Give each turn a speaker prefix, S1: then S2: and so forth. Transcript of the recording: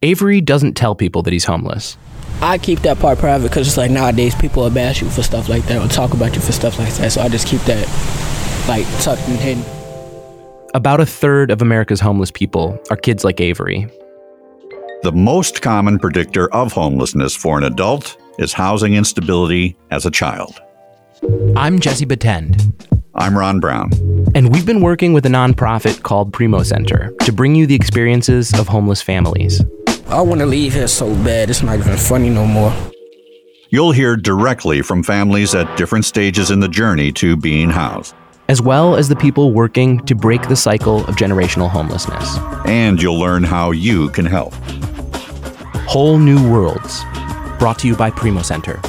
S1: Avery doesn't tell people that he's homeless.
S2: I keep that part private because it's like nowadays people will bash you for stuff like that or talk about you for stuff like that. So I just keep that like tucked and hidden.
S1: About a third of America's homeless people are kids like Avery.
S3: The most common predictor of homelessness for an adult is housing instability as a child.
S1: I'm Jesse Batend.
S3: I'm Ron Brown.
S1: And we've been working with a nonprofit called Primo Center to bring you the experiences of homeless families.
S2: I want to leave here so bad, it's not even funny no more.
S3: You'll hear directly from families at different stages in the journey to being housed.
S1: as well as the people working to break the cycle of generational homelessness.
S3: And you'll learn how you can help.
S1: Whole New Worlds, brought to you by Primo Center.